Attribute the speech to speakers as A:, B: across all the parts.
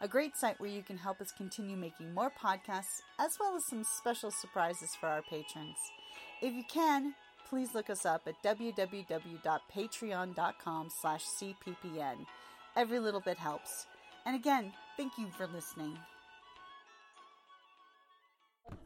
A: a great site where you can help us continue making more podcasts as well as some special surprises for our patrons. If you can, please look us up at www.patreon.com/cppn. Every little bit helps. And again, thank you for listening.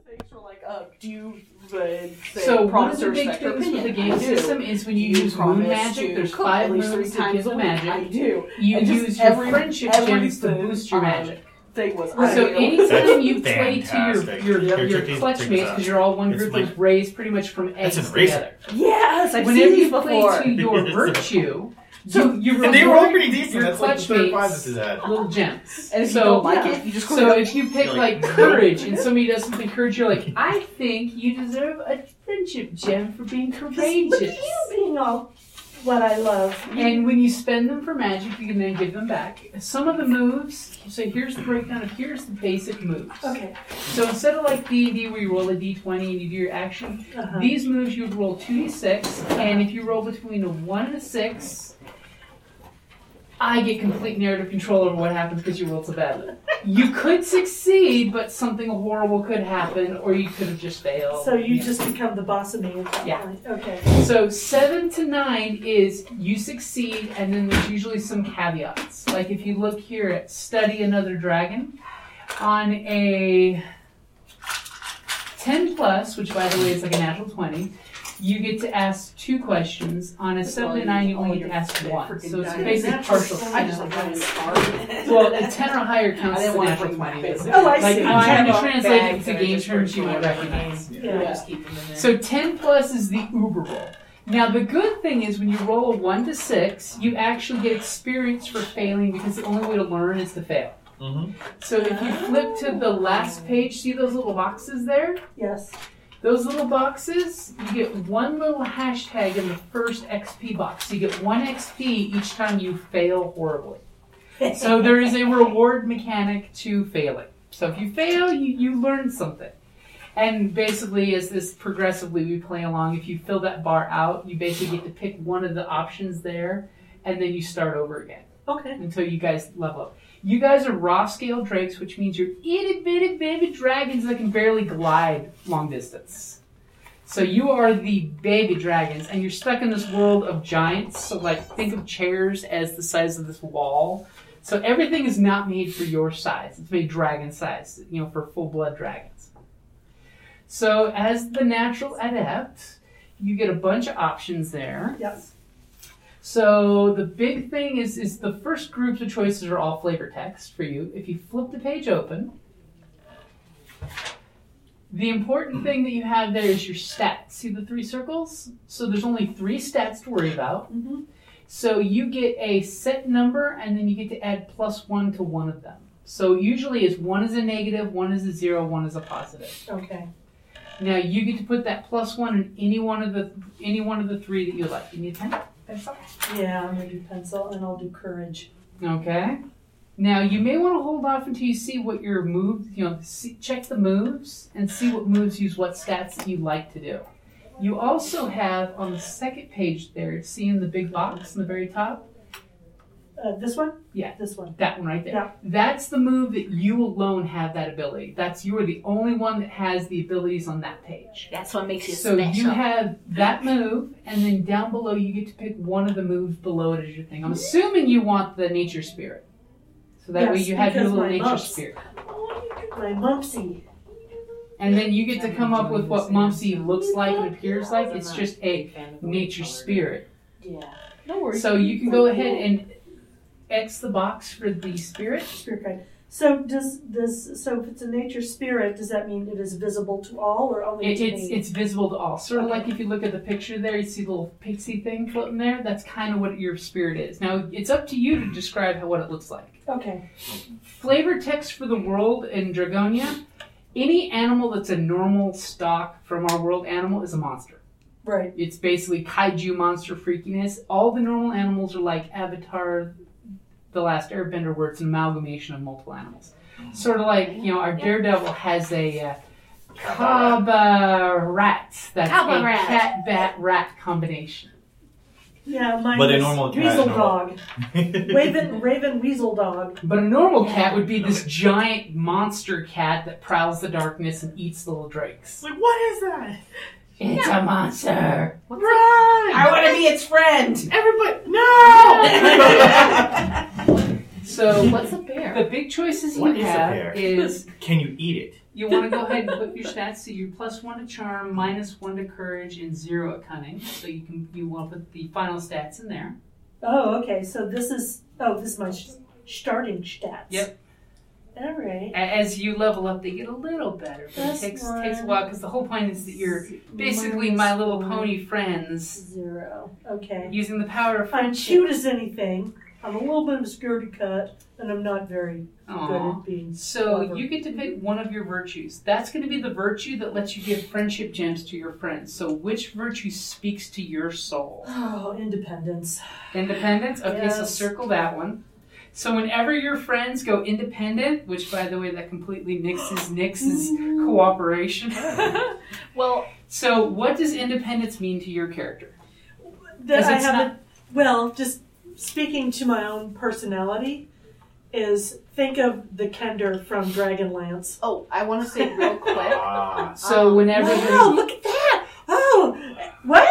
B: things were like, uh, do you uh,
C: So one of the big things with the game system is when you, use rune magic, there's five
B: at least three
C: rooms that
B: times
C: give
B: a
C: the
B: week. I
C: magic.
B: do.
C: You
B: And just
C: use your
B: every-
C: friendship
B: every
C: gems to
B: thing,
C: boost your
B: um,
C: magic.
B: Thing was
C: So
B: ideal.
C: anytime you play
D: That's
C: to
D: fantastic.
C: your your,
D: Character
C: your
D: team
C: clutch
D: brings
C: mates,
D: up-
C: because you're all one
D: it's
C: group,
D: like-
C: was raised pretty much from eggs
D: That's an eraser.
C: together.
B: yes, I've
C: Whenever
B: seen
C: you
B: these
C: play
B: before.
C: to your
D: It's a-
C: virtue,
B: So-
C: you, you
D: And they were all
C: reward
D: pretty decent.
C: Your
D: That's like the
C: clutch
D: third prize
C: mates.
D: this is at.
C: little gems.
B: and if
C: so
B: you don't like
C: yeah.
B: it, you just click
C: So
B: it.
C: if you pick
D: You're
C: like
D: like,
C: courage and somebody does something courage, you're like, I think you deserve a friendship gem for being
E: Look
C: courageous.
E: at you being all what I love.
C: And when you spend them for magic, you can then give them back. Some of the moves. So here's the breakdown of here's the basic moves.
E: Okay.
C: So instead of like D and D where you roll a D twenty and you do your action,
E: Uh-huh.
C: these moves you would roll two D six, and if you roll between a one and a six, I get complete narrative control over what happens because you rolled so badly. You could succeed, but something horrible could happen, or you could have just failed.
E: So you
C: Yeah.
E: just become the boss of me at that
C: Yeah.
E: point. Okay.
C: So seven to nine is you succeed, and then there's usually some caveats. Like if you look here at study another dragon, on a ten plus, which by the way is like a natural twenty, you get to ask two questions. On a seven to nine, you only get to ask one. So it's basically partial.
B: I just like got a scar.
C: Well, a ten or higher counts
B: I
C: as
B: didn't
C: a
B: want to
C: natural
B: bring my
C: twenty.
B: face.
C: basically.
E: Oh, I
C: Like
E: see.
C: oh, I had to
F: Travel
C: translate
F: bag
C: it to
F: that I
C: game
F: just
C: terms you
F: wrote
C: might
F: down.
C: recognize.
E: Yeah.
F: I just keep them in there.
C: So 10 plus is the uber roll. Now, the good thing is when you roll a 1 to 6, you actually get experience for failing because the only way to learn is to fail.
D: Mhm.
C: So if you flip to the last page, see those little boxes there?
E: Yes.
C: Those little boxes, you get one little hashtag in the first XP box. You get one XP each time you fail horribly. So there is a reward mechanic to failing. So if you fail, you, you learn something. And basically, as this progressively we play along, if you fill that bar out, you basically get to pick one of the options there, and then you start over again
E: Okay.
C: until you guys level up. You guys are raw scale drakes, which means you're itty bitty baby dragons that can barely glide long distance. So you are the baby dragons, and you're stuck in this world of giants. So like, think of chairs as the size of this wall. So everything is not made for your size; it's made dragon size, you know, for full blood dragons. So as the natural adept, you get a bunch of options there.
E: Yes.
C: So the big thing is is the first groups of choices are all flavor text for you. If you flip the page open, the important thing that you have there is your stats. See the three circles? So there's only three stats to worry about.
E: Mhm.
C: So you get a set number and then you get to add plus one to one of them. So usually it's one is a negative, one is a zero, one is a positive.
E: Okay.
C: Now you get to put that plus one in any one of the any one of the three that you like. You need a pen? Pencil?
E: Yeah, I'm gonna do pencil and I'll do courage.
C: Okay. Now you may want to hold off until you see what your moves. You know, see, check the moves and see what moves use what stats that you like to do. You also have on the second page there, see in the big box in the very top,
E: Uh, this one.
C: Yeah.
E: This one.
C: that one right there.
E: Yeah.
C: That's the move that you alone have that ability. That's you are the only one that has the abilities on that page.
F: That's what makes you
C: So
F: special.
C: you have that move, and then down below you get to pick one of the moves below it as your thing. I'm assuming you want the nature spirit, so that way
E: Yes,
C: you have your
E: because
C: little
E: my
C: nature
E: buffs.
C: spirit.
E: My Mumpsy.
C: And then you get to come up with what Mumpsy looks like and appears like. It's just a nature spirit.
E: Yeah. No worries.
C: So you can go ahead and X the box for the spirit.
E: Spirit guide. So does this? So if it's a nature spirit, does that mean it is visible to all or only
C: It,
E: to
C: it's
E: me?
C: it's visible to all. Sort of like if you look at the picture there, you see the little pixie thing floating there. That's kind of what your spirit is. Now it's up to you to describe how, what it looks like.
E: okay.
C: Flavor text for the world in Dragonia. Any animal that's a normal stock from our world animal is a monster.
E: Right.
C: It's basically kaiju monster freakiness. All the normal animals are like Avatar, The Last Airbender, where it's an amalgamation of multiple animals.
F: Mm-hmm.
C: Sort of like, you know, our Daredevil has a uh, Cabaret. That's a
D: Cabaret.
C: cat, bat, rat combination.
E: Yeah, mine
F: But a
E: is
F: normal cat,
E: weasel
F: normal-
E: dog. Raven, raven weasel dog.
C: But a normal cat would be this giant monster cat that prowls the darkness and eats little drakes.
F: like, what is that?
C: It's a monster.
D: I want to be its friend.
C: Everybody, no! so
D: What's a bear?
C: the big choices you
F: What is a bear?
C: have is
F: Can you eat
C: You want to go ahead and put your stats. So you're plus one to charm, minus one to courage, and zero at cunning. So you can you want to put the final stats in there.
E: Oh, okay. So this is oh, this is my sh- starting stats.
C: Yep.
E: All right.
C: A- As you level up, they get a little better, but
E: Plus
C: it takes
E: one.
C: takes a while because the whole point is that you're basically My
E: Minus
C: Little
E: one,
C: Pony friends
E: Zero. Okay.
C: using the power of
E: I'm
C: friendship.
E: cute as anything. I'm a little bit of a skirty cut, and I'm not very good
C: Aw.
E: at being.
C: So
E: clever.
C: you get to pick one of your virtues. That's going to be the virtue that lets you give friendship gems to your friends. So which virtue speaks to your soul?
E: Oh, independence.
C: Independence. Okay, so
E: Yes.
C: circle that one. So whenever your friends go independent, which by the way, that completely nixes Nix's
E: Mm-hmm.
C: cooperation. well, so what does independence mean to your character?
E: That
C: 'Cause
E: I
C: it's
E: haven't. well, just speaking to my own personality, is think of the Kender from Dragonlance.
D: Oh, I want to say real
F: it?
D: quick.
F: Ah,
C: So
E: Um,
C: whenever they-
E: Wow! Look at that. Oh, what?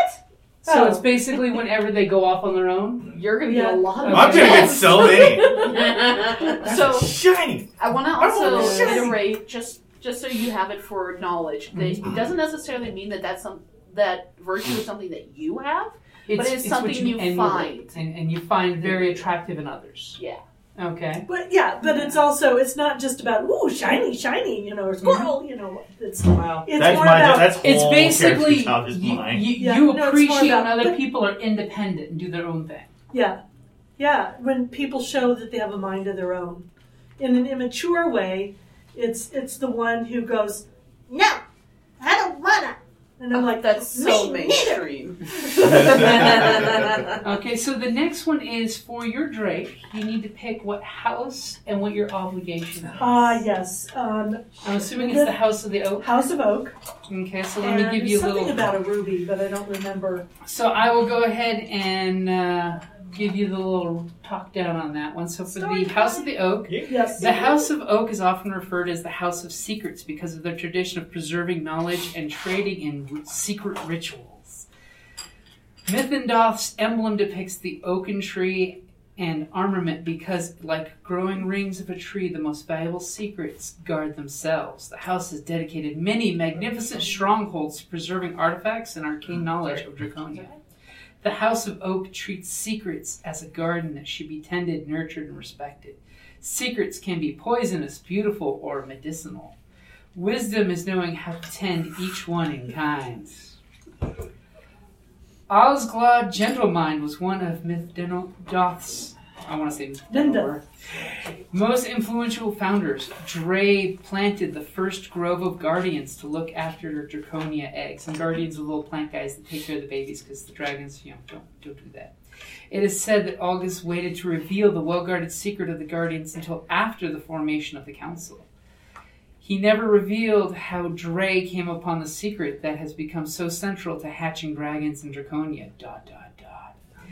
C: so
E: Oh.
C: it's basically whenever they go off on their own.
D: You're gonna
E: Yeah.
D: get a lot of.
F: I'm gonna get so many.
D: get.
F: That's
D: so
F: shiny.
D: I want to
F: want
D: also
F: this shit.
D: reiterate just just so you have it for knowledge. That it doesn't necessarily mean that that's some that virtue is something that you have.
C: It's,
D: it's
C: what
D: something you
C: emulate and, and you find
E: Mm-hmm.
C: very attractive in others.
D: Yeah.
C: Okay.
E: But yeah, but it's also it's not just about ooh shiny shiny you know or squirrel
C: Mm-hmm.
E: you know it's wow it's
F: that's
E: more
F: my.
E: about
F: That's
C: It's
F: whole
C: basically
F: character job is
C: you,
F: mine.
C: you,
E: Yeah,
C: you
E: no, it's more
C: appreciate
E: about-
C: when other people are independent and do their own thing.
E: yeah yeah when people show that they have a mind of their own in an immature way it's it's the one who goes
A: No, I don't wanna.
E: and
C: Oh,
E: I'm like
D: that's so
E: me
D: mainstream.
C: Okay, so the next one is for your Drake. You need to pick what house and what your obligation is.
E: ah yes um,
C: I'm assuming it's the house of the oak.
E: House of Oak
C: Okay, so let
E: and
C: me give you a
E: something
C: little.
E: about a ruby but I don't remember
C: So I will go ahead and uh, give you the little talk down on that one. So for the house of the oak.
E: yes
C: The House of Oak is often referred as the House of Secrets because of their tradition of preserving knowledge and trading in r- secret rituals. Mythendoth's emblem depicts the oaken tree and armament because, like growing rings of a tree, the most valuable secrets guard themselves. The house has dedicated many magnificent strongholds to preserving artifacts and arcane knowledge of Draconia. The House of Oak treats secrets as a garden that should be tended, nurtured, and respected. Secrets can be poisonous, beautiful, or medicinal. Wisdom is knowing how to tend each one in kind. Osglod Gentlemind was one of Mythdoth's, I want to say Mythdenor, most influential founders. Dre planted the first grove of guardians to look after draconia eggs. And guardians are little plant guys that take care of the babies because the dragons, you know, don't, don't do that. It is said that August waited to reveal the well guarded secret of the Guardians until after the formation of the Council. He never revealed how Dre came upon the secret that has become so central to hatching dragons in Draconia. Dot, dot,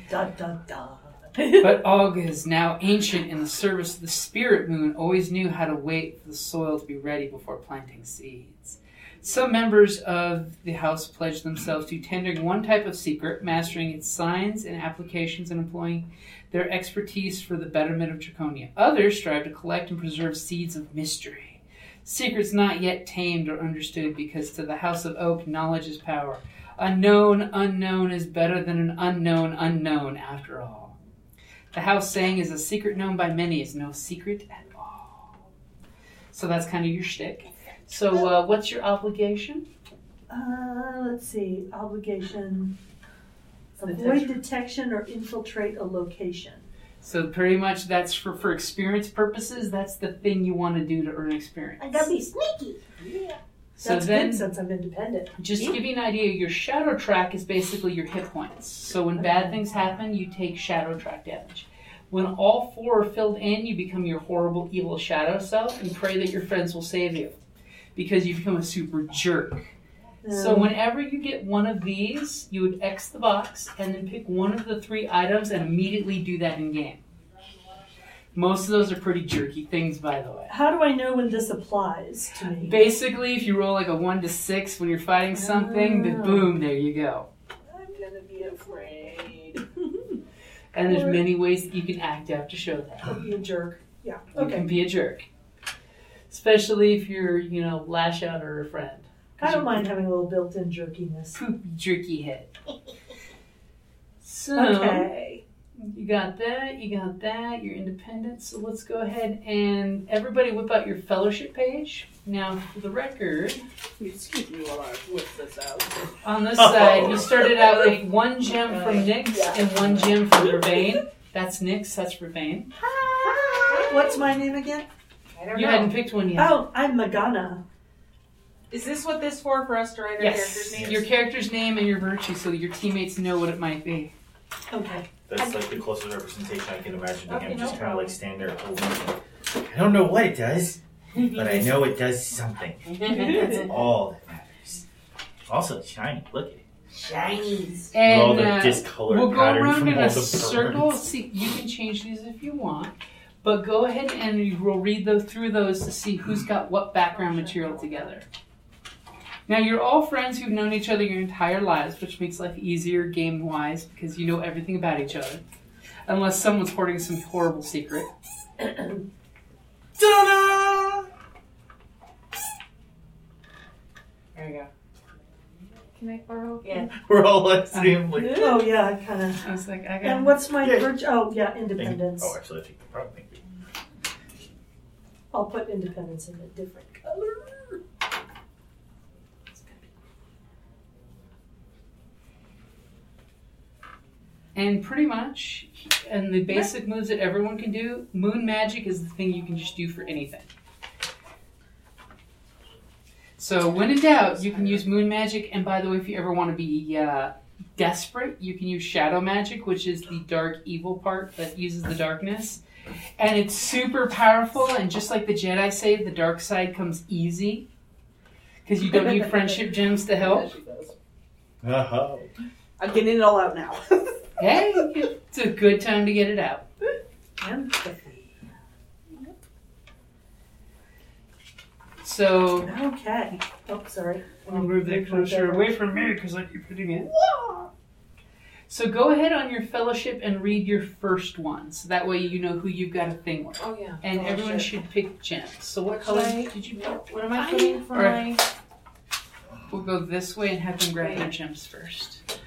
C: dot.
E: da da da
C: But August, now ancient in the service of the Spirit Moon, always knew how to wait for the soil to be ready before planting seeds. Some members of the house pledged themselves to tendering one type of secret, mastering its signs and applications, and employing their expertise for the betterment of Draconia. Others strive to collect and preserve seeds of mystery, secrets not yet tamed or understood, because to the house of oak, knowledge is power. A known unknown is better than an unknown unknown, after all. The house saying is a secret known by many is no secret at all. So that's kind of your shtick. So, uh, what's your obligation?
E: Uh, let's see. Obligation. Avoid
C: Detection.
E: detection or infiltrate a location.
C: So, pretty much that's for, for experience purposes, that's the thing you want to do to earn experience.
E: I gotta be sneaky.
C: so
E: That's
C: then,
E: good since I'm independent.
C: Just to give you an idea, your shadow track is basically your hit points. So when bad things happen, you take shadow track damage. When all four are filled in, you become your horrible, evil shadow self and pray that your friends will save you because you become a super jerk. So
E: Um,
C: whenever you get one of these, you would X the box and then pick one of the three items and immediately do that in game. Most of those are pretty jerky things, by the way.
E: How do I know when this applies to me?
C: Basically, if you roll like a one to six when you're fighting something, then
E: Oh.
C: boom, there you go.
D: I'm gonna be afraid.
C: And there's
E: Or-
C: many ways that you can act out to show that.
E: Or be a jerk. Yeah.
C: You
E: Okay.
C: can be a jerk, especially if you're, you know, lash out or a friend.
E: I don't mind having a little built-in jerkiness.
C: Poop jerky head. So
E: Okay.
C: you got that. You got that. You're independent. So let's go ahead and everybody whip out your fellowship page. Now, for the record,
D: Excuse me while I whip this out.
C: on this
F: Oh.
C: side, you started out with one gem from Nyx and one gem from Ravain. That's Nyx. That's Ravain.
E: What's my name again?
G: I don't
C: You
G: know.
C: hadn't picked one yet.
E: Oh, I'm Magana.
G: Is this what this for for us to write our characters'
C: Yes,
G: names?
C: your character's name and your virtue, so your teammates know what it might be.
E: Okay.
F: That's like the closest representation I can imagine to
G: Okay,
F: him.
G: no
F: Just kind
G: problem.
F: of like stand there holding. it. I don't know what it does, but I know it does something. That's all that matters. Also, it's shiny. Look at it.
G: Shinies.
F: With all
C: And
F: the
C: uh,
F: discolored
C: we'll go
F: pattern
C: around
F: from
C: in
F: all
C: a
F: the birds.
C: circle. See, you can change these if you want, but go ahead and we'll read those through those to see who's got what background material together. Now you're all friends who've known each other your entire lives, which makes life easier game wise because you know everything about each other, unless someone's hoarding some horrible secret.
G: Ta-da!
C: There you go.
G: Can I borrow?
E: Yeah.
F: We're all like seeing like.
E: Oh yeah, kind of.
C: I was like, I got.
E: And what's my
F: Yeah.
E: virtue? Oh yeah, independence.
F: Oh, actually, I think probably think we
E: I'll put independence in a different color.
C: And pretty much, and the basic moves that everyone can do, moon magic is the thing you can just do for anything. So when in doubt, you can use moon magic. And by the way, if you ever want to be uh, desperate, you can use shadow magic, which is the dark evil part that uses the darkness. And it's super powerful. And just like the Jedi say, the dark side comes easy because you don't need friendship gems to help.
F: Oh.
B: I'm getting it all out now.
C: Hey, it's a good time to get it out.
E: Empathy.
C: So
E: Okay. Oh, sorry.
C: I'm gonna move that closer away from me because I keep hitting it. So go ahead on your fellowship and read your first one, so that way you know who you've got a thing with.
G: Oh yeah.
C: And
G: Oh,
C: everyone
G: shit.
C: should pick gems. So what
G: Should
C: color
G: I-
C: did you pick?
G: What am I putting for
C: Alright.
G: my?
C: We'll go this way and have them grab their gems first.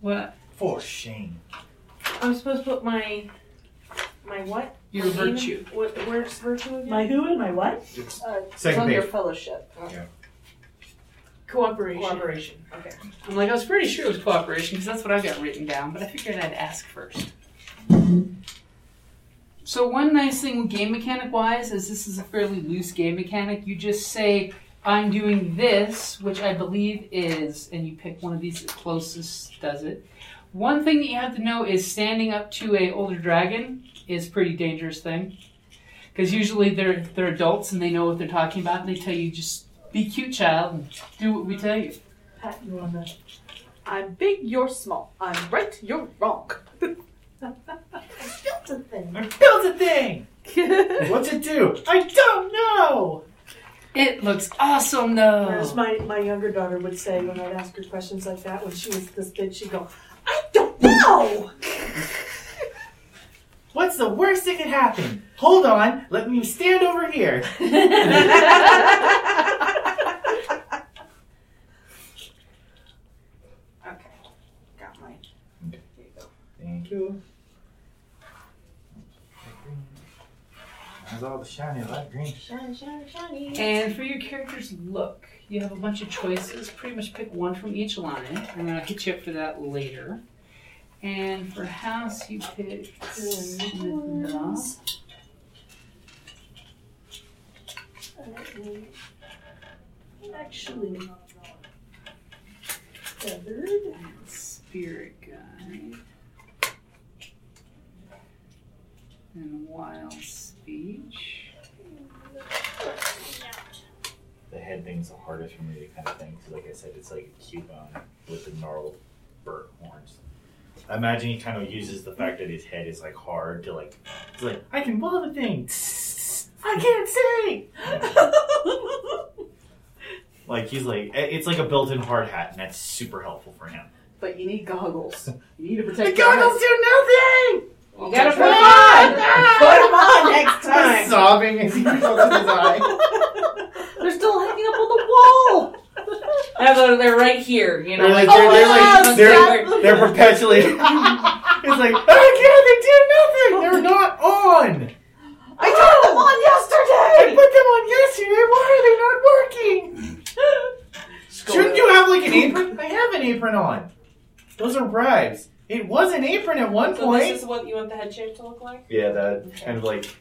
C: What?
F: For shame.
G: I'm supposed to put my my what?
C: Your
G: My name?
C: virtue.
G: What? Where's virtue again?
E: My who and my what?
F: Second
B: Under
F: page.
B: fellowship.
G: cooperation. Cooperation. Okay.
C: I'm like, I was pretty sure it was cooperation because that's what I got written down, but I figured I'd ask first. So, one nice thing game mechanic wise is this is a fairly loose game mechanic. You just say, I'm doing this, which I believe is, and you pick one of these that closest does it. One thing that you have to know is standing up to a older dragon is a pretty dangerous thing. Because usually they're, they're adults and they know what they're talking about, and they tell you, just be cute, child, and do what we tell you.
E: Pat you on the.
B: I'm big, you're small. I'm right, you're wrong.
E: That's a thing.
F: I built a thing! What's it do? I don't know!
C: It looks awesome though.
E: Whereas my, my younger daughter would say when I'd ask her questions like that when she was this big, she'd go, I don't know!
F: What's the worst that could happen? Hold on, let me stand over here.
G: Okay. Got mine. Here you go.
F: Thank you. That's all the shiny light green.
G: Shiny, shiny, shiny.
C: And for your character's look, you have a bunch of choices. Pretty much pick one from each line. I'm going to hit you up for that later. And for house, you pick.
E: Actually, feathered.
C: Spirit guide. And wild speech.
F: The head thing's the hardest for me to kind of think. 'cause like I said, it's like a cube on with the gnarled bird horns. I imagine he kind of uses the fact that his head is like hard to like. It's like I can blow the thing. I can't see. like he's like it- it's like a built-in hard hat, and that's super helpful for him.
D: But you need goggles. You need to
F: The
D: protect your
F: goggles do nothing.
C: You gotta put
D: eyes.
G: Put 'em on next
F: He's
G: time.
F: sobbing as he goes to his eye.
D: They're still hanging up on the wall.
H: Now they're, they're right here, you know.
F: They're like
H: oh,
F: they're, they're like
H: yes,
F: they're,
H: yes.
F: they're perpetually. it's like I can't. They do nothing. They're not on.
D: I turned them on
F: I
D: yesterday.
F: put them on yesterday. Why are they not working? Shouldn't you have like an apron? I have an apron on. Those are bribes. It was an apron at one
H: So
F: point.
H: this is what you want the head shape to look like?
F: Yeah, that kind of like.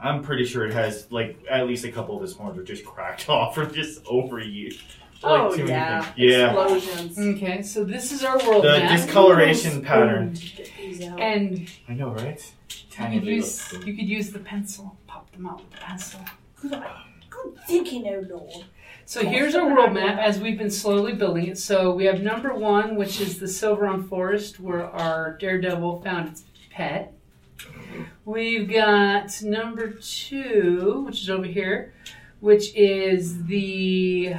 F: I'm pretty sure it has like at least a couple of his horns are just cracked off or just overused.
D: Oh,
F: too many
D: yeah.
F: things. Yeah.
D: Explosions.
C: Okay, so this is our world
F: The
C: map.
F: discoloration pattern.
G: Get these out.
C: And you
F: I know, right? Tiny
C: could
F: little
C: use
F: thing.
C: you could use the pencil. Pop them out with the pencil.
G: Good thinking, oh lord.
C: So here's our world map as we've been slowly building it. So we have number one, which is the Silveron Forest, where our daredevil found its pet. We've got number two, which is over here, which is the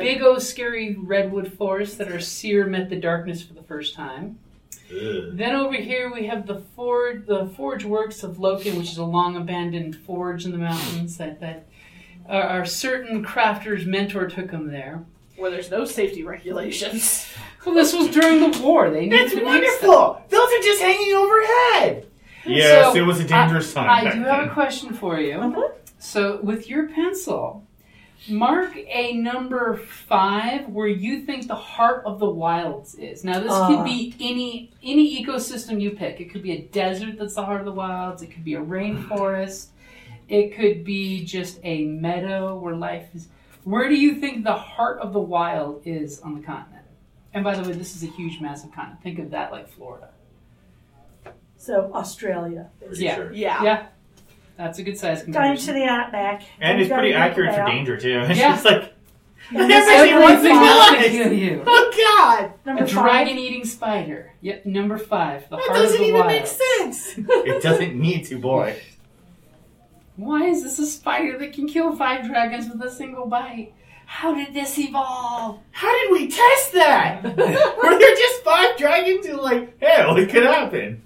C: big o scary redwood forest that our seer met the darkness for the first time.
F: Ugh.
C: Then over here we have the forge, the forge works of Loki, which is a long abandoned forge in the mountains that that our, our certain crafter's mentor took him there.
D: Where there's no safety regulations.
C: Well, this was during the war. They needed
F: That's
C: to make stuff.
F: wonderful. Those are just hanging overhead. Yes, it was a dangerous time.
C: uh, I
F: back
C: do
F: then.
C: have a question for you. So, with your pencil, mark a number five where you think the heart of the wilds is. Now, this could
E: Ah.
C: be any any ecosystem you pick. It could be a desert that's the heart of the wilds. It could be a rainforest. It could be just a meadow where life is. Where do you think the heart of the wild is on the continent? And by the way, this is a huge, massive continent. Think of that like Florida.
E: So Australia.
F: Pretty
C: yeah.
F: sure.
D: Yeah.
C: Yeah, that's a good size
E: Down
C: comparison.
E: to the outback.
F: And it's pretty
E: Down
F: accurate for
E: out.
F: danger too. It's
C: Yeah.
F: just like
E: Number
F: Everything
E: seven,
F: wants to
E: five.
F: kill
C: wants
F: us.
C: to kill you.
F: Oh god!
E: Number
C: A
E: five.
C: dragon-eating spider. Yep, number five. The
F: That
C: heart of
F: doesn't
C: the
F: even
C: wild.
F: make sense. It doesn't need to, boy.
C: Why is this a spider that can kill five dragons with a single bite? How did this evolve?
F: How did we test that? Were there just five dragons who like, hey, what could happen?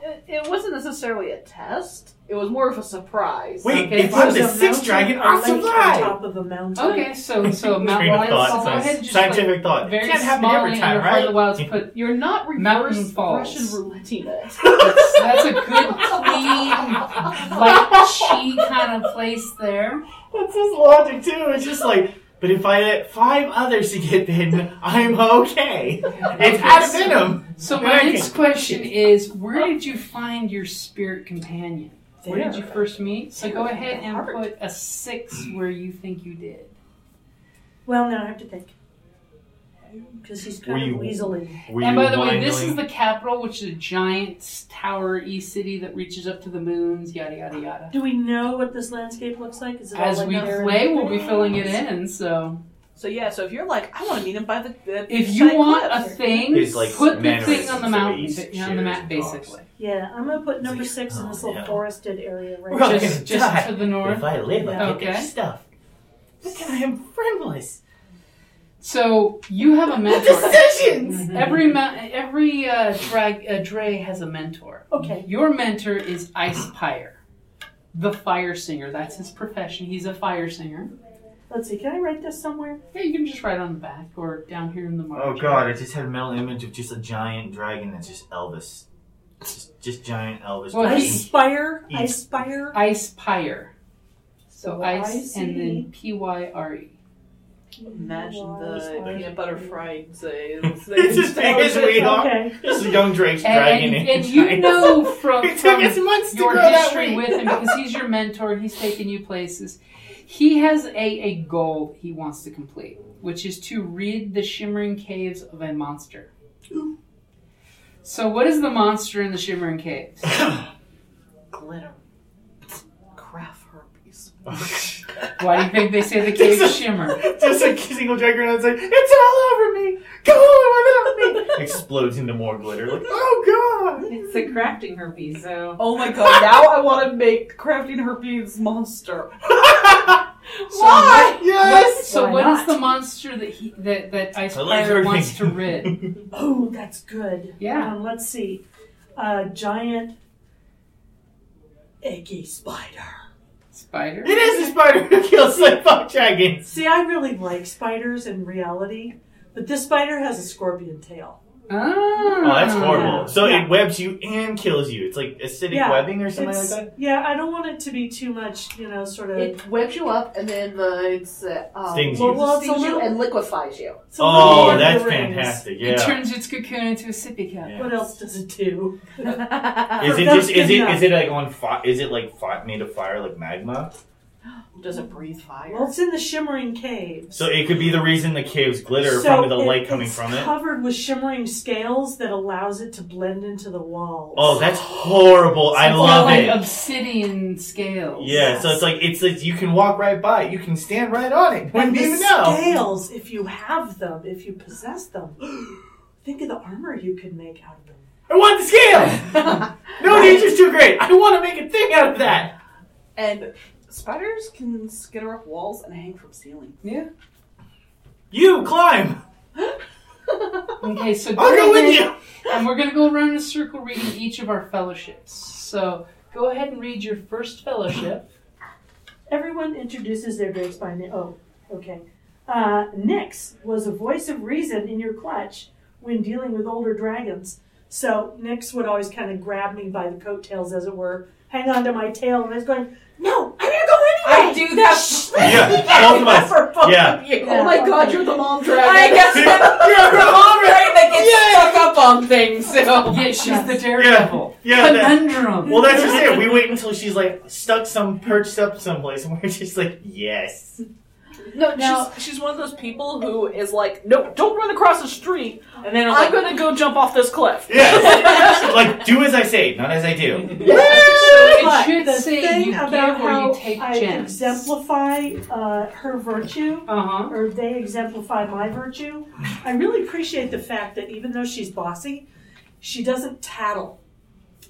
D: It, it wasn't necessarily a test. It was more of a surprise.
F: Wait,
C: Okay,
F: if
C: so
F: I'm
E: There's
F: the
E: a
F: sixth
E: mountain,
F: dragon,
E: a
F: I'll
E: lake on
F: survive.
E: Top of a mountain.
C: Okay, so so Mount
F: Train of
C: Lion.
F: thought.
C: go
F: it's
C: ahead,
F: nice.
C: just
F: Scientific
C: put
F: thought.
C: very
F: Can't happen
C: small
F: every
C: in
F: time,
C: your heart of
F: right?
C: the wilds. Put
D: You're not
C: Mountain
D: reverse
C: falls.
D: Russian roulette it.
C: that's, that's a good clean, like chi kind of place there.
F: That's his logic too. It's just like, but if I let five others to get bitten, I'm okay. It's out of venom.
C: So
F: Yeah,
C: my
F: I can-
C: next question is, where did you find your spirit companion? Where did you first meet? So go ahead and put a six where you think you did.
E: Well, now I have to think. Because he's kind
F: Were
E: of
F: you-
E: weaseling.
C: and by the way, this is the capital, which is a giant tower e city that reaches up to the moons. Yada yada yada.
E: Do we know what this landscape looks like? Is it all
C: As
E: like
C: we
E: there and
C: play, we'll be
E: everything?
C: filling it in. So
D: So yeah, so if you're like, I want to meet him by the, the
C: if you
D: side
C: want a
D: cliff.
C: thing,
F: It's like
C: put the thing
F: mannerisms,
C: on the
F: the
C: mountain,
F: ways,
C: ba- on the
F: shares,
C: map,
F: and
C: basically,
E: Yeah, I'm gonna put number
F: It's like,
E: six in this
F: oh,
E: little
F: yeah.
E: forested area right
F: Right.
E: here.
C: just just to the north.
F: I live,
C: Okay.
F: stuff. Look at I am friendless.
C: So you have a mentor.
E: Decisions.
C: Every ma- every uh, drag uh, Dre has a mentor.
E: Okay.
C: Your mentor is Ice Pyre, the fire singer. That's his profession. He's a fire singer.
E: Let's see. Can I write this somewhere?
C: Yeah, you can just write on the back or down here in the margin.
F: Oh god, I just had a mental image of just a giant dragon that's just Elvis. Just, just giant Elvis.
C: Well,
E: I
F: dragon.
C: he's-
E: spire. I
F: East.
E: spire.
C: Ice Pyre. So
E: Oh, I
C: ice
E: see.
C: and then P Y R E.
B: Imagine the
E: Spire.
B: peanut butter fried sails.
F: It's as big as we are.
E: Okay.
F: Just a young Drake's dragon.
C: And, and,
F: in
C: and
F: his
C: you
F: giant-
C: know from,
F: It took
C: from
F: us months to
C: your
F: grow that
C: history
F: way.
C: with him because he's your mentor. He's taking you places. He has a, a goal he wants to complete, which is to rid the shimmering caves of a monster. So, what is the monster in the shimmering caves?
B: Glitter. Craft herpes.
C: Why do you think they say the caves shimmer?
F: Just a single dragon and it's like, it's all over me! Go on without me! Explodes into more glitter. Like, oh god!
H: It's the crafting herpes, so.
B: Oh my god, now I want to make crafting herpes monster.
C: So Why?
F: Yes!
C: So,
E: Why
C: what is
E: not?
C: the monster that he, that that Ice
F: I like
C: Pirate
F: her
C: wants to
F: thinking.
C: rid?
E: Oh, that's good.
C: Yeah.
E: Um, let's see. A giant eggy spider.
C: Spider.
F: It is a spider who kills like fuck dragons!
E: See, I really like spiders in reality, but this spider has a scorpion tail.
C: Oh,
F: Oh, that's horrible.
E: Yeah.
F: So
E: Yeah.
F: it webs you and kills you. It's like acidic
E: Yeah.
F: webbing or something
E: It's-
F: like that?
E: Yeah, I don't want it to be too much, you know, sort of.
D: It webs you up and then uh, it's, uh, um,
F: Stings
E: you. Well, it's a
D: stings you
E: little-
D: and liquefies you.
E: it's a little Lord
F: Oh,
E: of
F: that's
E: the Rings.
F: fantastic.
C: It
F: Yeah.
C: turns its cocoon into a sippy cup.
F: Yeah.
E: What else does it do?
F: Is it
E: That's
F: just is
E: good
F: it
E: enough.
F: is it like on fire? Is it like fi- made of fire like magma?
D: Does it breathe fire?
E: Well, it's in the shimmering caves.
F: So it could be the reason the caves glitter
E: So
F: from the
E: it-
F: light coming
E: it's
F: from it.
E: covered with shimmering scales that allows it to blend into the walls.
F: Oh, that's horrible! I
C: It's
F: love
C: got,
F: it.
C: Like obsidian scales.
F: yeah, so it's like it's like you can walk right by it, you can stand right on it.
E: and
F: Wouldn't
E: the
F: even know.
E: scales, if you have them, if you possess them, think of the armor you could make out of them.
F: I want the scale. no nature's too great. I want to make a thing out of that.
B: And spiders can skitter up walls and hang from ceilings.
C: Yeah.
F: You climb.
C: Okay, so
F: I'll go
C: Dre
F: with
C: did-
F: you.
C: And we're gonna go around in a circle reading each of our fellowships. So go ahead and read your first fellowship.
E: Everyone introduces their drakes by name. Oh, okay. Uh, Nyx was a voice of reason in your clutch when dealing with older dragons. So Nyx would always kind of grab me by the coattails, as it were, hang on to my tail, and I was going, "No, I'm gonna go anyway."
H: I do that.
F: Yeah, both of us.
H: For both
F: Yeah.
H: of you.
D: Oh my god, you're the mom dragon.
H: I guess
F: You're
H: that's the
F: wrong.
H: mom right that gets stuck up on things. So.
C: Yeah, she's the daredevil.
F: Yeah. That,
C: Conundrum.
F: well, that's just it. We wait until she's like stuck some perched up someplace, and we're just like, yes.
B: No,
D: Now-
B: she's, she's one of those people who is like, no, don't run across the street, and then I'm, gonna go jump off this cliff.
F: Yes. like do as I say, not as I do.
C: it
E: But
C: should
E: the
C: say
E: thing
C: you
E: about
C: give
E: how
C: or you take
E: I
C: gems.
E: exemplify uh, her virtue,
C: uh huh.
E: or they exemplify my virtue. I really appreciate the fact that even though she's bossy, she doesn't tattle.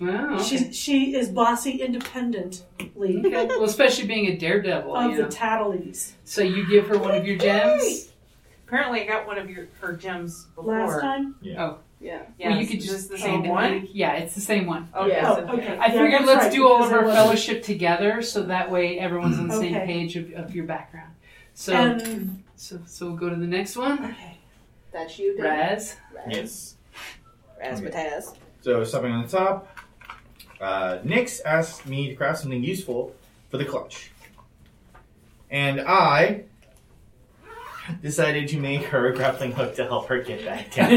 C: Wow. Oh, okay.
E: She she is bossy independently.
C: Okay. Well, especially being a daredevil,
E: of
C: you
E: the
C: know.
E: tattleys.
C: so you give her one of your gems.
H: Apparently, I got one of your her gems before.
E: Last time?
B: Yeah.
H: Yeah,
C: well, you could just
H: just the
C: oh,
H: same one.
C: Yeah, it's the same one.
H: Oh,
B: Yeah.
H: yeah.
E: Oh, okay.
C: I
E: Yeah,
C: figured
E: that's
C: let's
E: right,
C: do all of
E: because I
C: our
E: wasn't-
C: fellowship together, so that way everyone's on the same
E: Okay.
C: page of, of your background. So,
E: And,
C: so, so we'll go to the next one.
E: okay.
D: That's you, Dave.
C: Raz.
F: Yes.
B: Razzmatazz.
F: So something on the top. Uh, Nyx asked me to craft something useful for the clutch. And I decided to make her a grappling hook to help her get back down.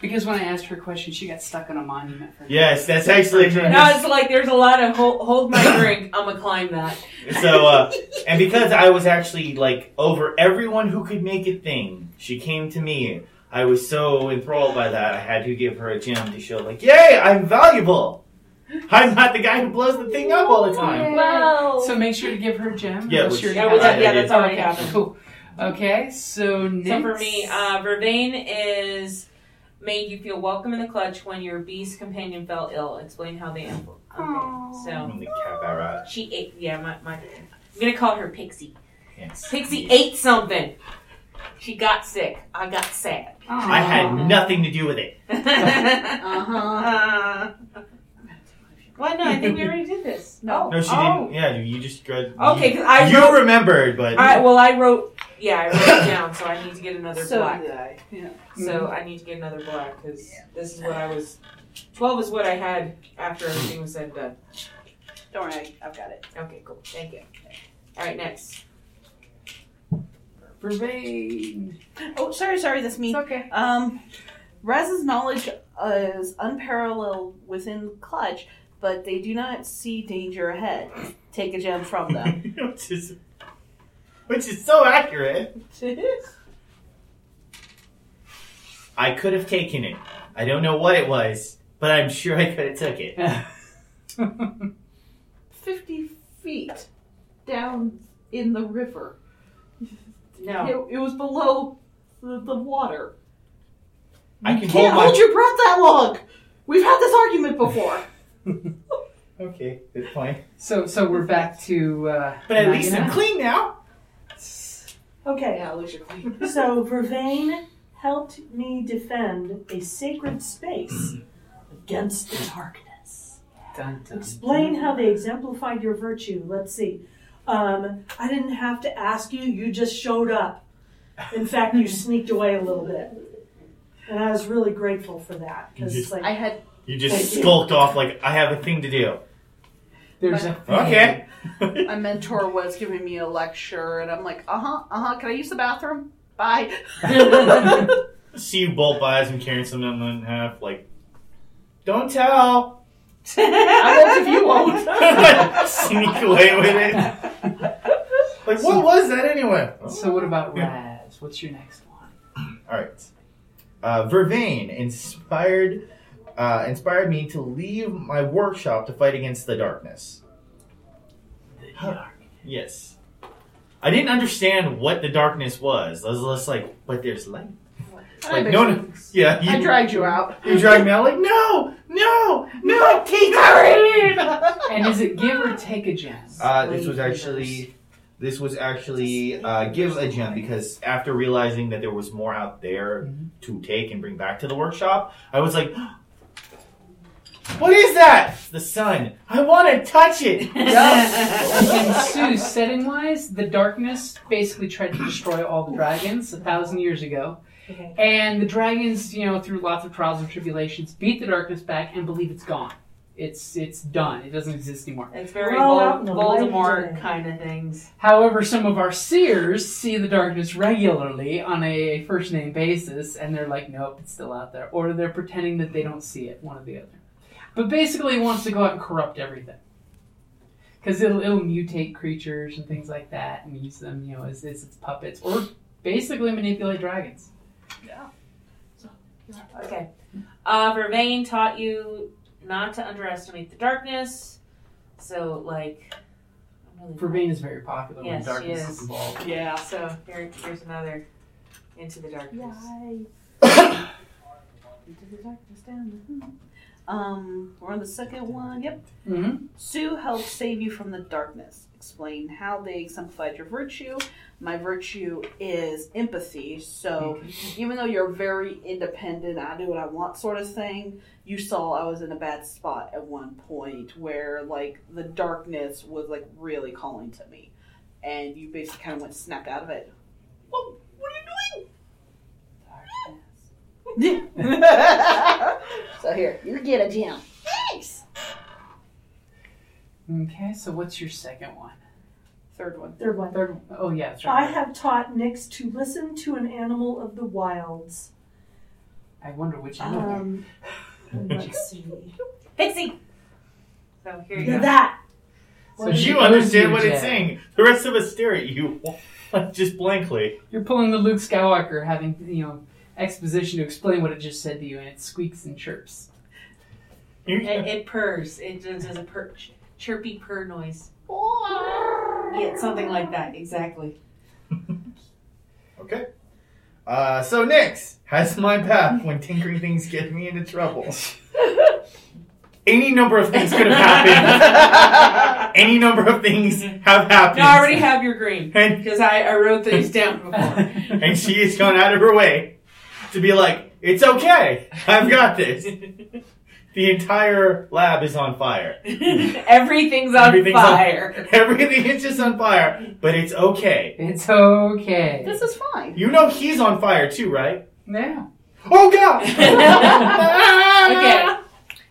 C: Because when I asked her a question, she got stuck on a monument. For
F: yes, that's actually a
H: No, it's like there's a lot of hold, hold my drink. I'm gonna climb that.
F: So, uh, and because I was actually like over everyone who could make a thing, she came to me. I was so enthralled by that, I had to give her a gem to show, like, yay, I'm valuable. I'm not the guy who blows the thing up all the time.
H: Wow.
C: So make sure to give her a gem.
F: Yeah,
C: unless
F: which-
C: you're-
H: Yeah, well, that- yeah, that's already
C: okay,
H: happened.
C: Cool. Okay, so next.
H: So for me, uh, Vervain is made you feel welcome in the clutch when your beast companion fell ill. Explain how they. Okay, so
F: I'm the cat barrage.
H: she ate. Yeah, my, my. I'm gonna call her Pixie.
F: and
H: Pixie
F: sneeze.
H: ate something. She got sick. I got sad.
F: I had nothing to do with it.
D: Uh-huh.
H: Uh, Why no? I think we already did this. No.
F: No, she
H: oh.
F: didn't. Yeah, you just read.
H: Okay,
F: you,
H: 'cause I
F: you
H: wrote-
F: remembered, but
H: All right. Well, I wrote. Yeah, I wrote it down, so I need to get another
D: So
H: black.
D: did I. Yeah.
H: So I need to get another black because this is what I was. Twelve is what I had after everything was said and done.
D: Don't worry, I've got it.
H: Okay, cool. Thank you. All right, next.
C: Pervade.
D: Oh, sorry, sorry, that's me.
C: It's okay.
D: Um, Raz's knowledge is unparalleled within Clutch, but they do not see danger ahead. Take a gem from them.
F: which is which is so accurate. I could have taken it. I don't know what it was, but I'm sure I could have took it.
D: Fifty feet down in the river.
H: No.
D: It, it was below the, the water.
F: I can
D: Can't
F: hold
D: hold your breath that long. We've had this argument before.
F: my. Okay, good point.
C: so so we're back to. Uh,
F: But at least I'm
C: Magna.
F: clean now.
E: Okay,
D: yeah, lose your clean.
E: so Vervain helped me defend a sacred space against the darkness.
C: Dun, dun.
E: Explain how they exemplified your virtue. Let's see. Um, I didn't have to ask you, you just showed up. In fact, you sneaked away a little bit. And I was really grateful for that. 'cause it's
D: I
E: like,
D: had
F: You
E: Thank
F: just
E: you.
F: skulked off like I have a thing to do.
C: There's a
F: Okay.
D: my mentor was giving me a lecture, and I'm like, uh huh, uh huh. Can I use the bathroom? Bye.
F: See you bolt by as I'm carrying something I'm not in half. Like, don't tell.
C: I bet if you won't.
F: Sneak away with it. Oh. Like, what was that anyway?
C: So what about Raz? What's your next one?
F: All right. Uh, Vervain inspired uh, inspired me to leave my workshop to fight against the darkness.
C: The
F: Yes. I didn't understand what the darkness was. I was just like, but there's light. Like, no, no. Yeah,
D: I
F: you,
D: dragged you out.
F: you drag me out like, no, no, no, keep going.
C: And is it give or take a gem?
F: Uh, this was actually, this was actually uh, give a gem because after realizing that there was more out there to take and bring back to the workshop, I was like, "What is that? The sun! I want to touch it."
C: And Sue, setting wise, the darkness basically tried to destroy all the dragons a thousand years ago.
E: Okay.
C: And the dragons, you know, through lots of trials and tribulations, beat the darkness back and believe it's gone. It's it's done. It doesn't exist anymore.
H: It's very
E: Well,
H: Vol-
E: no, I didn't.
H: Voldemort kind of things.
C: However, some of our seers see the darkness regularly on a first name basis, and they're like, nope, it's still out there. Or they're pretending that they don't see it, one or the other. But basically, it wants to go out and corrupt everything. Because it'll, it'll mutate creatures and things like that and use them, you know, as, as its puppets, or basically manipulate dragons.
H: Okay. Uh, Vervain taught you not to underestimate the darkness. So, like, I'm really
C: Vervain is very popular
H: Yes, she
C: when darkness
H: is.
C: is involved.
H: Yeah. So here, here's another into the darkness.
D: Um, we're on the second one. Yep.
C: Mm-hmm.
D: Sue helped save you from the darkness. Explain how they exemplified your virtue. My virtue is empathy. So even though you're very independent, I do what I want sort of thing, you saw I was in a bad spot at one point where like the darkness was like really calling to me. And you basically kind of went snap out of it. What, what are you doing? so here, you get a gem. Thanks.
C: Okay, so what's your second one?
D: Third one.
E: third one.
C: Third one. Oh, yeah, that's
E: I
C: right.
E: have taught Nyx to listen to an animal of the wilds.
C: I wonder which one.
E: Um, let's see.
H: Pixie. So here you go.
E: That.
C: So
F: you
C: owes
F: understand
C: you,
F: what it's
C: Jack.
F: saying. The rest of us stare at you just blankly.
C: You're pulling the Luke Skywalker, having you know exposition to explain what it just said to you, and it squeaks and chirps.
H: It,
F: You,
H: it purrs. It does does a purr, ch- chirpy purr noise. Yeah, something like that. Exactly.
F: okay. Uh, so Nyx has my back when tinkering things get me into trouble. any number of things could have happened. any number of things have happened.
D: No, I already have your green
F: And,
D: because I, I wrote these down before.
F: and she has gone out of her way to be like, it's okay. I've got this. The entire lab is on fire.
D: Everything's on
F: Everything's on-
D: fire.
F: Everything is just on fire, but it's okay.
C: It's okay.
E: This is fine.
F: You know he's on fire too, right?
C: Yeah.
F: Oh god!
D: okay.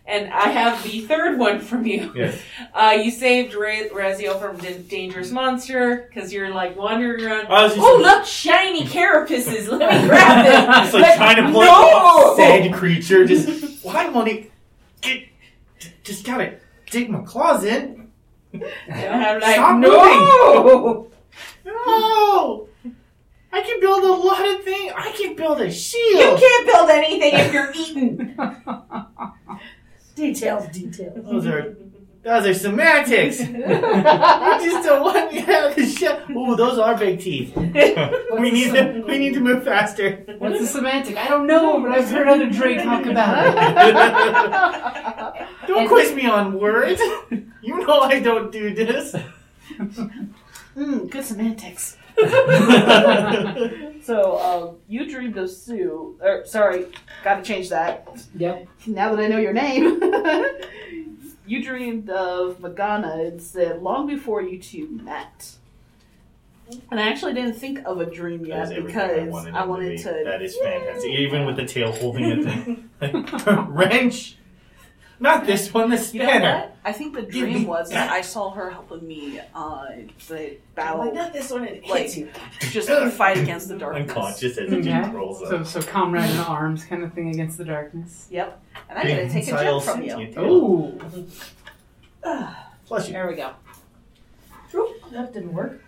D: And I have the third one from you.
F: Yes.
D: Uh, you saved Ra- Raziel from Dan- dangerous monster because you're like wandering around.
F: I was just,
D: Oh, look, shiny carapaces. Let me grab this.
F: just like trying to pull
D: no!
F: off said creature. Just why won't he get? j- Just gotta dig my claws in.
D: And I'm like,
F: Stop
D: no.
F: No, I can build a lot of things. I can build a shield.
D: You can't build anything if you're eaten.
H: Details, details.
F: Those are those are semantics. you just don't want me to have the shell. Ooh, those are big teeth. we need to we need to move faster.
C: What's the semantic? I don't know, but I've heard other Dre talk about it.
F: Don't quiz me on words. You know I don't do this.
E: Mm, good semantics.
F: That's
E: So, um, you dreamed of Sue. Or, sorry, gotta change that.
C: Yep.
E: Now that I know your name. you dreamed of Magana and said long before you two met. And I actually didn't think of a dream yet
F: everything
E: because I
F: in
E: wanted,
F: a movie.
E: to.
F: That is fantastic. Even with the tail holding it, the wrench. Not this one. The
E: You know
F: spanner.
E: what? I think the
F: Give me
E: dream was
F: that.
E: I saw her helping me uh, the battle,
D: Like, not this one. It
E: Like-
D: hits you.
E: just fight against the darkness.
F: Unconscious as it
C: Okay.
F: just rolls
C: So,
F: up.
C: so comrade in arms kind of thing against the darkness.
E: Yep. And I didn't take a jump from you.
F: Sentient tail.
C: Oh,
F: Plus you.
D: There we go.
H: That didn't work.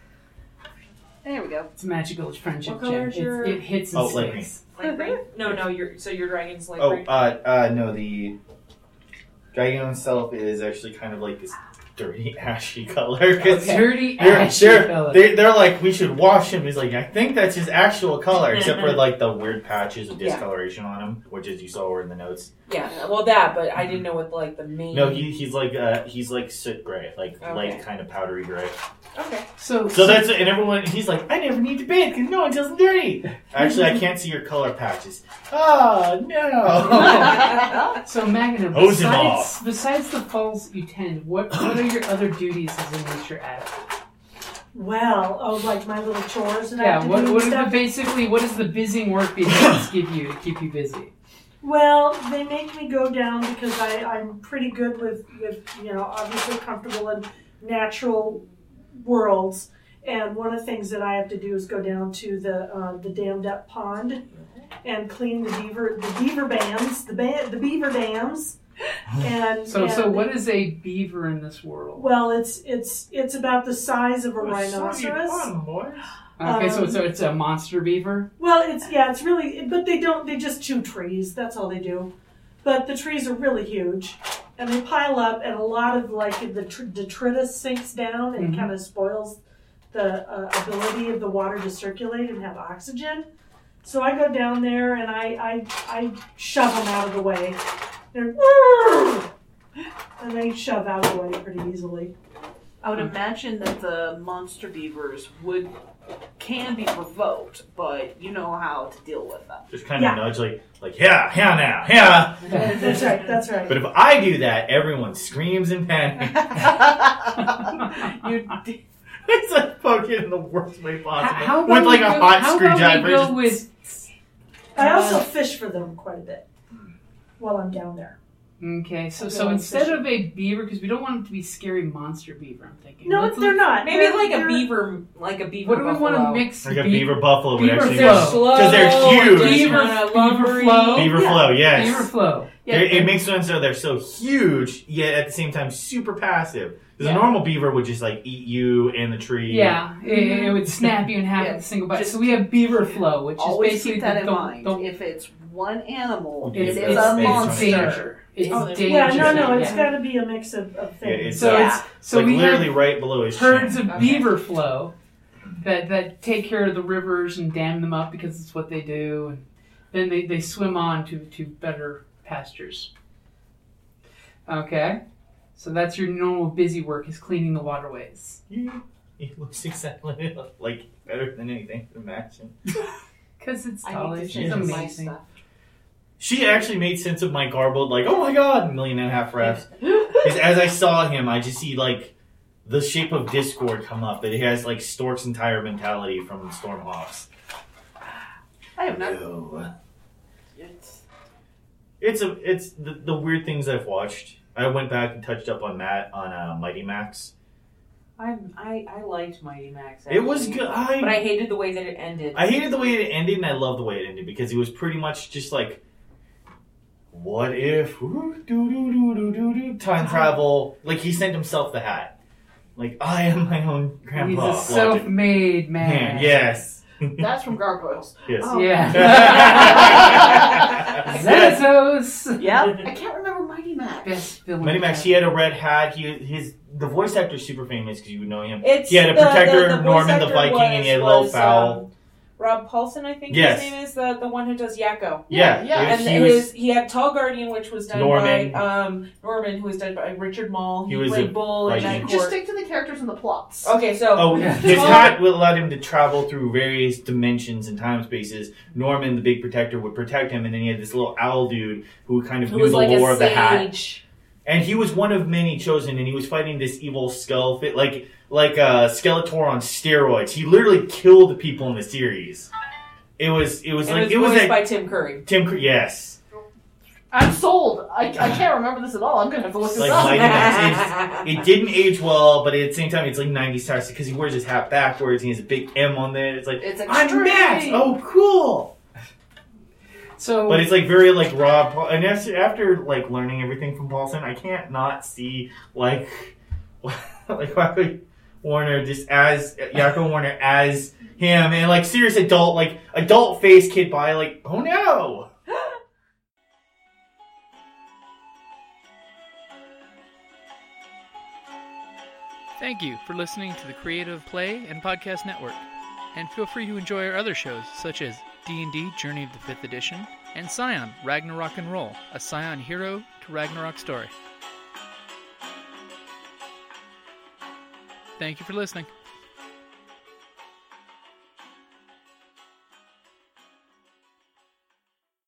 E: There we go.
C: it's a magical friendship
D: What color
C: gem.
D: is your-
C: It's- It hits and
F: Oh, light
C: sticks.
D: Light green? No, no. Your so your dragon's like
F: Oh,
D: green.
F: uh, uh, no, the dragon himself is actually kind of like this dirty, ashy color. 'cause
C: Dirty
F: They're,
C: ashy
F: they're,
C: fella.
F: they, they're like, we should wash him. He's like, I think that's his actual color, except for like the weird patches of
D: Yeah.
F: discoloration on him, which as you saw were in the notes.
D: Yeah. Well, that. But I didn't know what like the main.
F: No, he, he's like, uh, he's like soot gray, like
D: Okay.
F: light kind of powdery gray.
D: Okay.
C: So,
F: So that's, and everyone, he's like, I never need to bathe because no one tells him dirty. Actually, I can't see your color patches. Oh, no.
C: So Magna,
F: Hose him
C: besides, besides the falls you tend, what what are your other duties as a nature adept?
H: Well, oh, like my little chores and I have
C: Yeah,
H: to
C: what
H: do
C: what is
H: stuff.
C: the basically what is the busy work behaviors give you to keep you busy?
H: Well, they make me go down because I, I'm pretty good with, with, you know, obviously comfortable in natural worlds. And one of the things that I have to do is go down to the uh, the dammed up pond and clean the beaver the beaver dams the ba- the beaver dams and
C: So so
H: and-
C: what is a beaver in this world?
H: well it's it's it's about the size of a rhinoceros
C: Okay, so
H: um,
C: so it's a monster beaver.
H: well it's yeah it's really but they don't they just chew trees that's all they do but the trees are really huge and they pile up and a lot of like the tr- detritus sinks down and
D: Mm-hmm.
C: Mhm.
H: kind of spoils the uh, ability of the water to circulate and have oxygen so i go down there and i i, I shove them out of the way they're and they shove out of the way pretty easily
E: I would imagine that the monster beavers would can be provoked, but you know how to deal with them.
F: Just kind of
H: Yeah.
F: nudge, like, like, yeah, yeah, now, yeah.
H: that's right that's right
F: But if I do that, everyone screams in panic.
E: You d-
F: it's like poking in the worst way possible.
C: How- how about
F: with like
C: we
F: a
C: go-
F: hot
C: how
F: screwdriver.
C: About
F: just-
C: we go with
H: I also fish for them quite a bit while I'm down there.
C: Okay, so
H: I'll go
C: so
H: on
C: instead of a beaver, because we don't want them to be scary monster beaver. I'm thinking.
H: No,
C: Let's-
H: they're not.
D: Maybe
H: They're-
D: like a
H: they're-
D: beaver, like a beaver.
C: What do we want to
D: buffalo.
C: mix?
F: like a
C: be-
F: beaver buffalo would
C: beaver
F: actually
C: flow.
F: because they're
D: Slow,
F: huge.
D: just
C: Beaver,
D: kinda
C: beaver
D: lumbery.
C: flow.
F: Beaver
H: Yeah.
F: flow, yes.
C: Beaver flow.
E: Yeah.
F: It, it makes sense though they're so huge, yet at the same time super passive. Because
D: Yeah.
F: a normal beaver would just like eat you and the tree.
C: Yeah, it, it would snap you in half
E: Yeah,
C: with a single bite.
E: just-
C: So we have beaver flow, which is
E: Always
C: basically
E: keep that
C: the
E: in
C: don't,
E: mind.
C: don't.
E: If it's one animal,
F: It
E: it's,
F: is-
C: it's,
E: a
F: it's
E: monster.
C: danger. It's
E: Oh, there's-
C: danger.
H: Yeah, no, no, it's
C: yeah.
H: got to be a mix of, of
F: Yeah,
H: things.
F: it's,
C: So
F: uh,
C: it's so
F: like
C: we
F: literally
C: have
F: right below his
C: herds
F: chin.
C: of beaver flow that that take care of the rivers and dam them up because it's what they do, and then they, they swim on to to better pastures. Okay. So that's your normal busy work is cleaning the waterways.
F: It looks exactly like better than anything from action.
C: Because it's
G: I need to
C: college.
F: say
C: It's
F: this.
G: my
C: amazing.
G: stuff.
F: She actually made sense of my garbled, like, oh my god, million and a half raps. 'Cause as I saw him, I just see, like, the shape of discord come up. It has, like, Stork's entire mentality from Stormhawks.
D: I have not.
F: No.
D: It's,
F: It's a it's the, the weird things I've watched. I went back and touched up on Matt on uh, Mighty Max.
H: I, I I liked Mighty Max.
F: It was
H: actually.
F: good.
H: but
F: I
H: I hated the way that it ended.
F: I hated the way it ended, and I loved the way it ended because it was pretty much just like, what if ooh, doo, doo, doo, doo, doo, doo, time travel? Like he sent himself the hat. Like I am my own
C: He's
F: grandpa.
C: a self-made man.
F: Man, yes.
D: that's from Gargoyles.
F: yes.
D: Oh.
C: Yeah. Xanatos.
D: Yeah. I can't remember Mighty Max.
C: Best villain.
F: Mighty Max, he had a red hat. He his the voice actor is super famous because you would know him.
H: It's
F: He had a
H: the- the-
F: protector,
H: the voice
F: Norman the
H: actor
F: Viking,
H: was,
F: and he had Lil
H: was,
F: Fowl.
H: um, Rob Paulson, I think
F: Yes.
H: his name is the the one who does Yakko.
F: Yeah,
D: Yeah,
F: it was-
H: And he,
F: he was
H: his, he had Tall Guardian, which was done
F: Norman.
H: by um, Norman, who was done by Richard Mall.
F: He was a
H: played Bull in
F: Viking.
H: Night
D: Just
H: Court.
D: stick to the characters and the plots.
H: Okay, so
F: Oh,
C: Yeah.
F: his hat would allow him to travel through various dimensions and time spaces. Norman, the big protector, would protect him, and then he had this little owl dude who kind of
H: who
F: knew
H: was
F: the
H: like
F: lore
H: a
F: of the hat.
H: sage.
F: And he was one of many chosen, and he was fighting this evil skull fit, like like uh, Skeletor on steroids. He literally killed people in the series. It was it was
H: And
F: like
H: it was voiced
F: that
H: by Tim Curry.
F: Tim. Cur- yes,
D: I'm sold. I, I can't remember this at all. I'm gonna have to look this
F: Like
D: up.
F: Mighty Max. it didn't age well, but at the same time, it's like '90s style because he wears his hat backwards and he has a big M on there. It's like
D: It's
F: I'm
D: extreme.
F: Max. Oh, cool.
C: So
F: But it's like very like raw. Paul- And after, after like learning everything from Paulson, I can't not see like like Michael Warner just as Yakko Warner as him and like serious adult like adult face kid by like oh no.
I: Thank you for listening to the Creative Play and Podcast Network. And feel free to enjoy our other shows such as D&D Journey of the 5th Edition and Scion Ragnarok and Roll, a Scion hero to Ragnarok story. Thank you for listening.